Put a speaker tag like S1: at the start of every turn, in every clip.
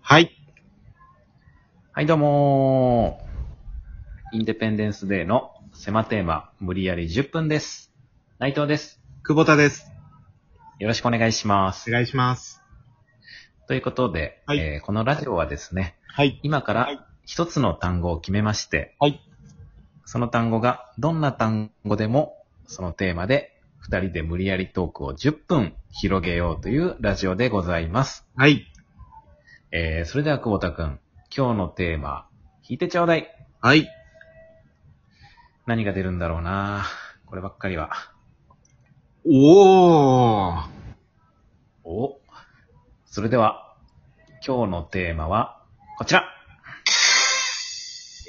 S1: はい。はい、どうもーインデペンデンスデーの狭テーマ、無理やり10分です。内藤です。
S2: 久保田です。
S1: よろしくお願いします
S2: お。願いします。
S1: ということで、
S2: はい
S1: えーこのラジオはですね、
S2: はい。
S1: 今か
S2: は
S1: ら
S2: い
S1: 一つの単語を決めまして、
S2: はい
S1: その単語がどんな単語でも、そのテーマで二人で無理やりトークを10分広げようというラジオでございます。
S2: はい。
S1: えー、それでは久保田くん、今日のテーマ、聞いてちょうだい。
S2: はい。
S1: 何が出るんだろうなこればっかりは。
S2: おー。
S1: おそれでは、今日のテーマは、こちら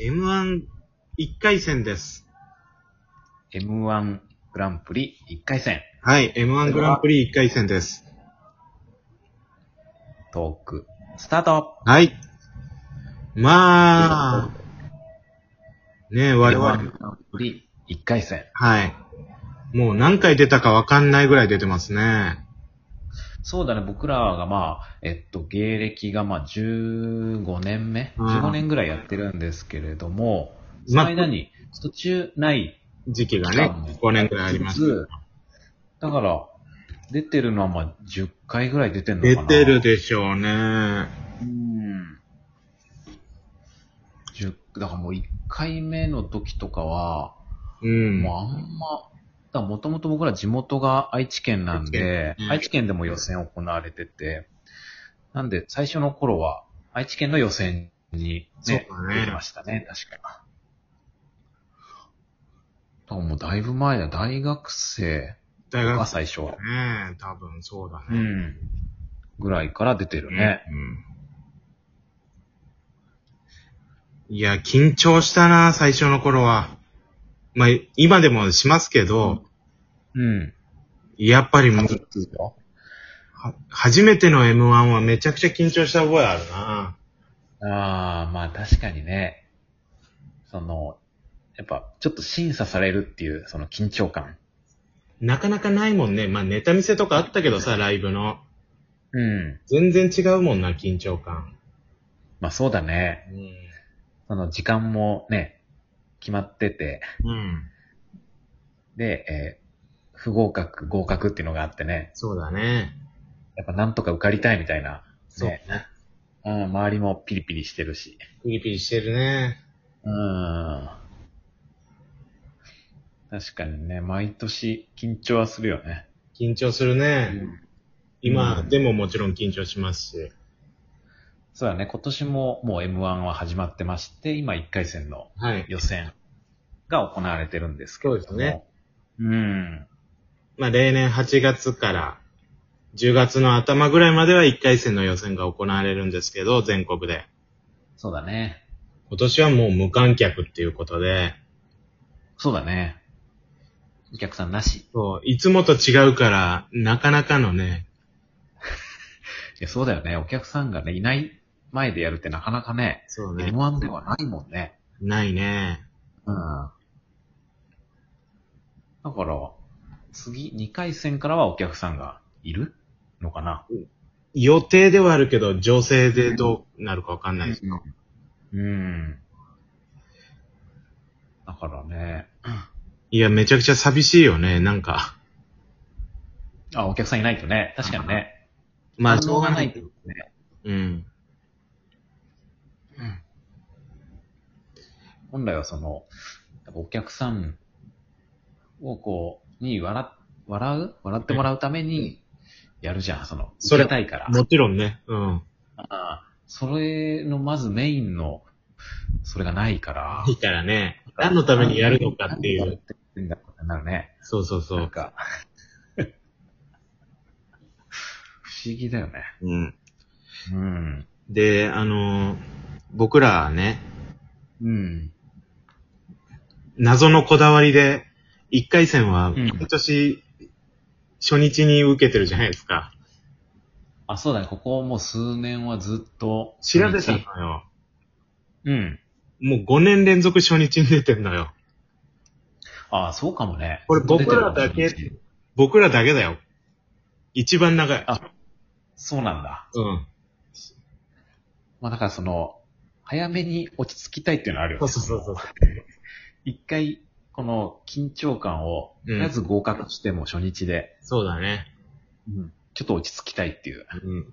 S2: M11 回戦です。
S1: !M1 グランプリ1回戦
S2: はい。M1 グランプリ1回戦です。
S1: トーク、スタート
S2: はい。まあ、ねえ、我々
S1: M1、グランプリ1回戦。
S2: はい。もう何回出たかわかんないぐらい出てますね。
S1: そうだね、僕らがまあ、えっと、芸歴がまあ15年目
S2: うん
S1: ?15 年ぐらいやってるんですけれども、そ
S2: ま
S1: の間に途中ない
S2: 時期がね、5年ぐらいあります。
S1: だから、出てるのはまあ10回ぐらい出てるの
S2: 出
S1: かな。
S2: てる。でしょうね。
S1: うん。10だからもう1回目の時とかは、
S2: うん。
S1: もうあんま、だもともと僕ら地元が愛知県なんで、
S2: 愛知県うん
S1: 愛知県でも予選行われてて、なんで最初の頃は愛知県の予選にね
S2: そう、だね
S1: 出てましたね、確か。だからもうだいぶ前だ、大学生
S2: 大
S1: が
S2: 学生
S1: 最初は。
S2: ねえ、多分そうだ
S1: う
S2: ね。
S1: ん。ぐらいから出てるね。
S2: うん。いや、緊張したな、最初の頃は。まあ、今でもしますけど、
S1: うん。
S2: やっぱりもう、
S1: よ。
S2: は初めての M1 はめちゃくちゃ緊張した覚えあるな。
S1: ああ、まあ確かにね。その、やっぱちょっと審査されるっていう、その緊張感。
S2: なかなかないもんね。まあ、ネタ見せとかあったけどさ、ライブの。
S1: うん。
S2: 全然違うもんな、緊張感。
S1: まあそうだね。
S2: う
S1: その時間もね、決まってて、
S2: ん。うん。
S1: で、えー不合格、合格っていうのがあってね、
S2: そうだね。
S1: やっぱなんとか受かりたいみたいな、
S2: そうね。
S1: うん、周りもピリピリしてるし。
S2: ピリピリしてるね。
S1: うん。確かにね、毎年緊張はするよね。
S2: 緊張するね。今、
S1: うん
S2: でももちろん緊張しますし。
S1: そうだね、今年ももう M1 は始まってまして、今1回戦の
S2: はい。
S1: 予選が行われてるんですけ
S2: そう
S1: ども。
S2: ですね。
S1: うん。
S2: まあ、例年8月から10月の頭ぐらいまでは1回戦の予選が行われるんですけど、全国で。
S1: そうだね。
S2: 今年はもう無観客っていうことで、
S1: そうだね。お客さんなし。
S2: そう、いつもと違うから、なかなかのね、
S1: いや、そうだよね。お客さんがね、いない前でやるってなかなかね、
S2: そうね、
S1: M1 ではないもんね。
S2: ないね。
S1: うん。だから、次、2回戦からはお客さんがいるのかな。
S2: 予定ではあるけど、情勢でどうなるかわかんないです。
S1: うん。だからね、
S2: いや、めちゃくちゃ寂しいよね、なんか。
S1: あ、お客さんいないとね、確かにね。
S2: まあ、
S1: 反応がないとね。
S2: うん。
S1: 本来はその、やっぱお客さんをこう、に笑っ、笑う笑ってもらうために、やるじゃん、その、
S2: そ
S1: 受
S2: れ
S1: けたいから。
S2: もちろんね、うん。
S1: ああそれのまずメインの、それがないから
S2: い。いからね、何のためにやるのかってい
S1: 何や
S2: う
S1: っ。てんだろうってなるね。
S2: そうそうそ
S1: なん
S2: う。
S1: か。 不思議だよね。
S2: うん。
S1: うん。
S2: で、あのー僕らはね、
S1: うん。
S2: 謎のこだわりで、一回戦は、
S1: ん
S2: 毎年、初日に受けてるじゃないですか。
S1: あ、そうだね。ここもう数年はずっと。
S2: 調べたの
S1: 初日
S2: よ。
S1: うん。
S2: もう5年連続初日に出てんのよ。
S1: ああ、そうかもね。
S2: これ僕らだけ僕らだけだよ。一番長い。
S1: あそうなんだ。
S2: うん。
S1: まあだからその、早めに落ち着きたいっていうのはあるよ
S2: そう
S1: ね。
S2: そうそうそう。
S1: 一回、この緊張感を、と
S2: うん
S1: りあえず合格しても初日で、
S2: そうだね。
S1: ちょっと落ち着きたいっていう
S2: うん。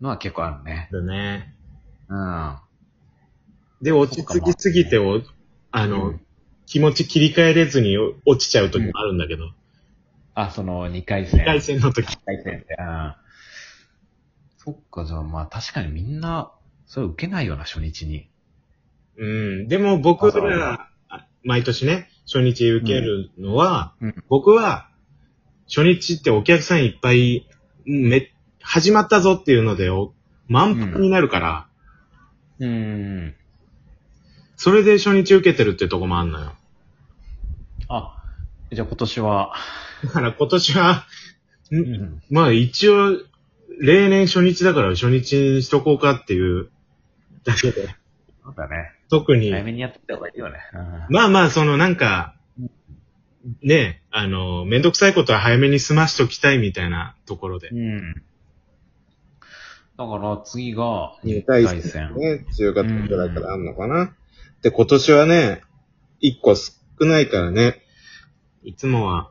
S1: のは結構あるね。
S2: だね。
S1: うん。
S2: で、落ち着きすぎてお、あの、
S1: うん
S2: 気持ち切り替えれずに落ちちゃう時もあるんだけど。
S1: あ、その2回
S2: 二
S1: 戦。
S2: 回戦の時。
S1: 大変で。うん。そっか、じゃあまあ確かにみんな、それ受けないような初日に。
S2: うん。でも僕
S1: そう
S2: ら、あ毎年ね、初日受けるのは、
S1: うんうん
S2: 僕は、初日ってお客さんいっぱい、うんめ、始まったぞっていうので、お満腹になるから、
S1: うん。
S2: それで初日受けてるってとこもあんのよ。
S1: あ、じゃあ今年は、
S2: だから今年は、
S1: うんん。
S2: まあ一応、例年初日だから初日にしとこうかっていうだけで、
S1: そうだね。
S2: 特に、
S1: 早めにやってた方がいいよね。うん
S2: まあまあそのなんか、ね、あの、めんどくさいことは早めに済ましときたいみたいなところで。
S1: うん。だから次が、
S2: 2回
S1: 対戦
S2: ね、10月くらいからあんのかな。で、今年はね、1個少ないからね、いつもは、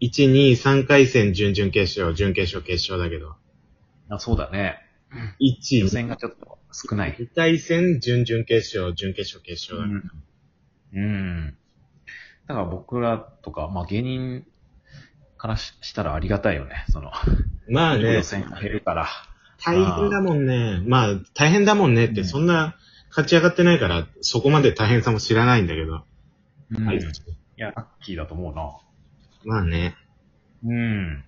S2: 1、2、3回戦、準々決勝、準決勝、決勝だけど、
S1: あそうだね。
S2: 1、
S1: 予選がちょっと少ない。
S2: 2回戦、準々決勝、準決勝、決
S1: う
S2: 勝だ、
S1: ん。うん。だから僕らとか、まあ芸人からししたらありがたいよね。その、
S2: まあね
S1: 予、選が減るから。
S2: 大変だもんね。まあ、大変だもんねっ
S1: う
S2: て、
S1: ん
S2: そんな勝ち上がってないから、そこまで大変さも知らないんだけど。
S1: うん。
S2: はいい
S1: や、ラッキーだと思うな。
S2: まあね。
S1: うん。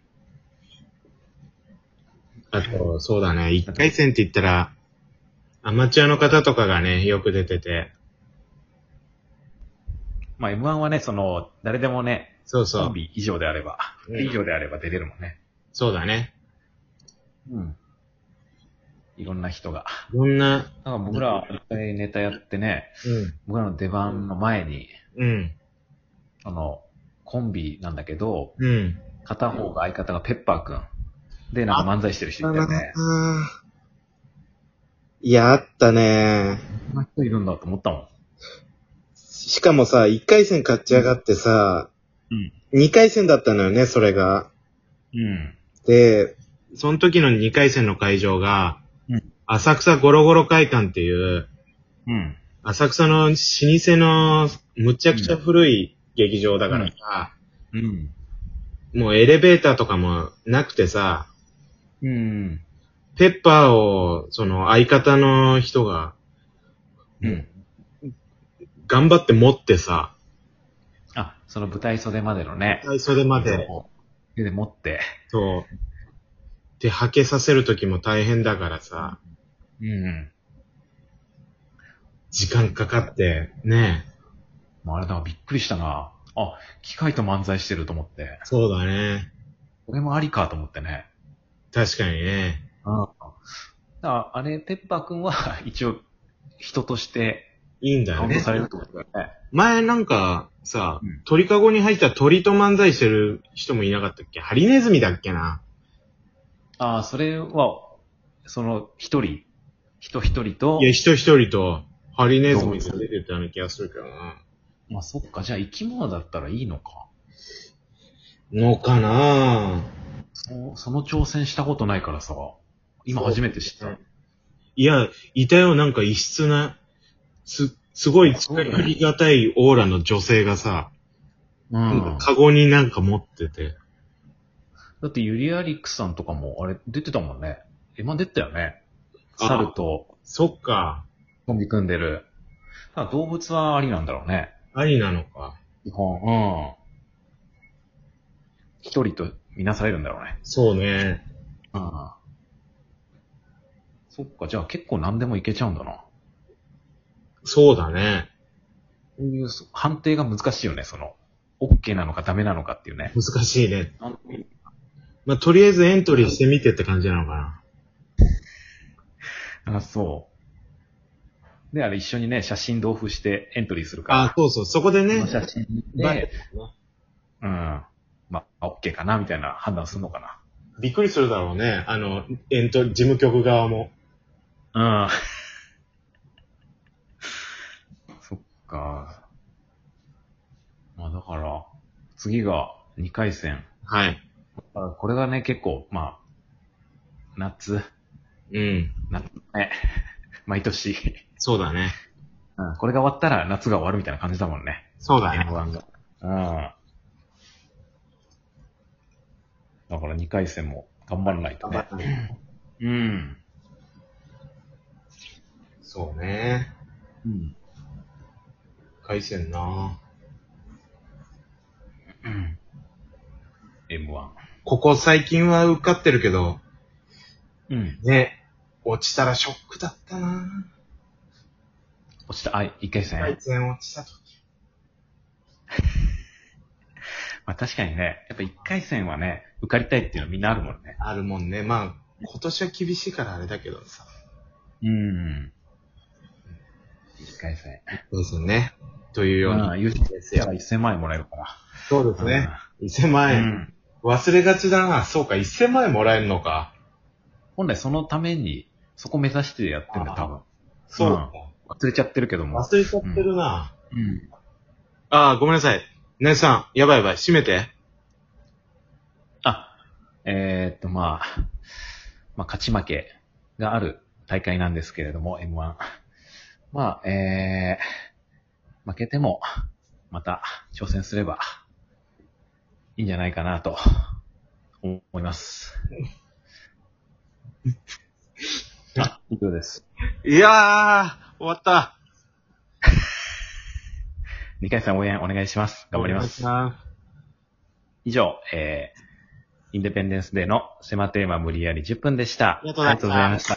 S2: あと、そうだね。1回戦って言ったら、アマチュアの方とかがね、よく出てて。
S1: まあ M1 はね、その、誰でもね、
S2: そうそ
S1: コン
S2: う。
S1: ビ以上であれば、
S2: うん
S1: 以上であれば出れるもんね。
S2: そうだね。
S1: うん。いろんな人が。
S2: いろんな、
S1: なんか僕ら、一回ネタやってね、僕らの出番の前に、
S2: うん。うん。
S1: あの、コンビなんだけど、
S2: うん。
S1: 片方が相方がペッパーくん。で、なんか漫才してる人いたよね。
S2: あーいや、あったね。
S1: こんな人いるんだと思ったもん。
S2: しかもさ、1回戦勝ち上がってさ、
S1: うん
S2: 2回戦だったのよね、それが。
S1: うん。
S2: で、その時の2回戦の会場が、
S1: うん
S2: 浅草ゴロゴロ会館っていう、
S1: うん。
S2: 浅草の老舗のむちゃくちゃ古い劇場だからさ、
S1: うん。
S2: もうエレベーターとかもなくてさ、
S1: うん。
S2: ペッパーを、その相方の人が
S1: うん。
S2: 頑張って持ってさ、
S1: あ、その舞台袖までのね。
S2: 最初でまで、
S1: 手で持って。
S2: そう。で、はけさせる時も大変だからさ、
S1: うん。
S2: 時間かかって、ね
S1: もうあれだ、びっくりしたな。あ、機械と漫才してると思って。
S2: そうだね。
S1: これもありかと思ってね。
S2: 確かにね。
S1: うん。だから、あれ、ペッパーくんは 一応、人として
S2: いいんだよ
S1: カウント
S2: ね。
S1: されるってことだよね。
S2: 前なんかさ、
S1: うん
S2: 鳥かごに入った鳥と漫才してる人もいなかったっけハリネズミだっけな
S1: ああ、それは、その、一人、人一人と
S2: い、や、人一人とハリネズミが出てたような気がするけどな。
S1: まあそっか、じゃあ生き物だったらいいのか。
S2: のかな
S1: そその挑戦したことないからさ、今初めて知った。
S2: いや、いたよ、なんか異質な、す、すごい作りがたいオーラの女性がさ、
S1: う
S2: なん
S1: ん。
S2: かカゴになんか持ってて。
S1: だってユリアリックさんとかも、あれ、出てたもんね。今出てたよね。
S2: あ
S1: 猿と
S2: そっか、
S1: コンビ組んでる。だから動物はありなんだろうね。
S2: ありなのか。
S1: 基本。うん。一人とみなされるんだろうね。
S2: そうね。
S1: うん。そっか、じゃあ結構何でもいけちゃうんだな。
S2: そうだね。
S1: こういうそ判定が難しいよね、その。OK なのかダメなのかっていうね。
S2: 難しいね。
S1: なんていう
S2: まあ、とりあえずエントリーしてみてって感じなのかな。
S1: あ、そう。で、あれ一緒にね、写真同封してエントリーするから。
S2: あ、そうそう、そこで
S1: こ
S2: ね
S1: の、写真
S2: バレ
S1: で
S2: て、るね
S1: うん。まあ、OK かなみたいな判断するのかな。
S2: びっくりするだろうね。あの、エントリー、事務局側も。
S1: ああ。 そっか。まあだから、次が2回戦。
S2: はい。
S1: あこれがね、結構、まあ、夏、
S2: うん。
S1: 夏ね、 毎年、
S2: そうだね。
S1: うんこれが終わったら夏が終わるみたいな感じだもんね。
S2: そうだね
S1: M1。が。うん。だから2回戦も頑張らないと
S2: 頑張
S1: ね
S2: っ。たね
S1: うん。
S2: そうね。
S1: うん。
S2: 回線な
S1: うん。M1。
S2: ここ最近は受かってるけど、
S1: うん。
S2: ね、落ちたらショックだったな
S1: 落ちた、あ、1回戦。
S2: 回線落ちたと。
S1: まあ確かにね、やっぱ1回戦はね、受かりたいっていうのはみんなあるもんね。
S2: あるもんね。まあ、今年は厳しいからあれだけどさ。
S1: うん。1回戦。
S2: 回線ね。というよう
S1: ま
S2: な。
S1: あ、優勝したら1000万円もらえるから。
S2: そうで。1000万
S1: う
S2: 円。
S1: ん。
S2: 忘れがちだな。そうか、1000万円もらえるのか。
S1: 本来そのために、そこ目指してやってんだ、
S2: あー
S1: 多分。
S2: そう
S1: うん忘れちゃってるけども。
S2: 忘れちゃってるな。
S1: うん。
S2: ああ、ごめんなさい。ねさん、やばいやばい、閉めて。
S1: あ、えー、っと、まあ、まあ、勝ち負けがある大会なんですけれども、M1。まあ、えー、負けても、また挑戦すれば、いいんじゃないかなと、思い ます。あ、以上です。
S2: いやー、終わった。
S1: 二回戦応援お願いします。頑張ります。
S2: あ
S1: 以上、えー、インデペンデンスデーの狭テーマ無理やり10分でした。
S2: ありがとうございました
S1: ありがとうございました。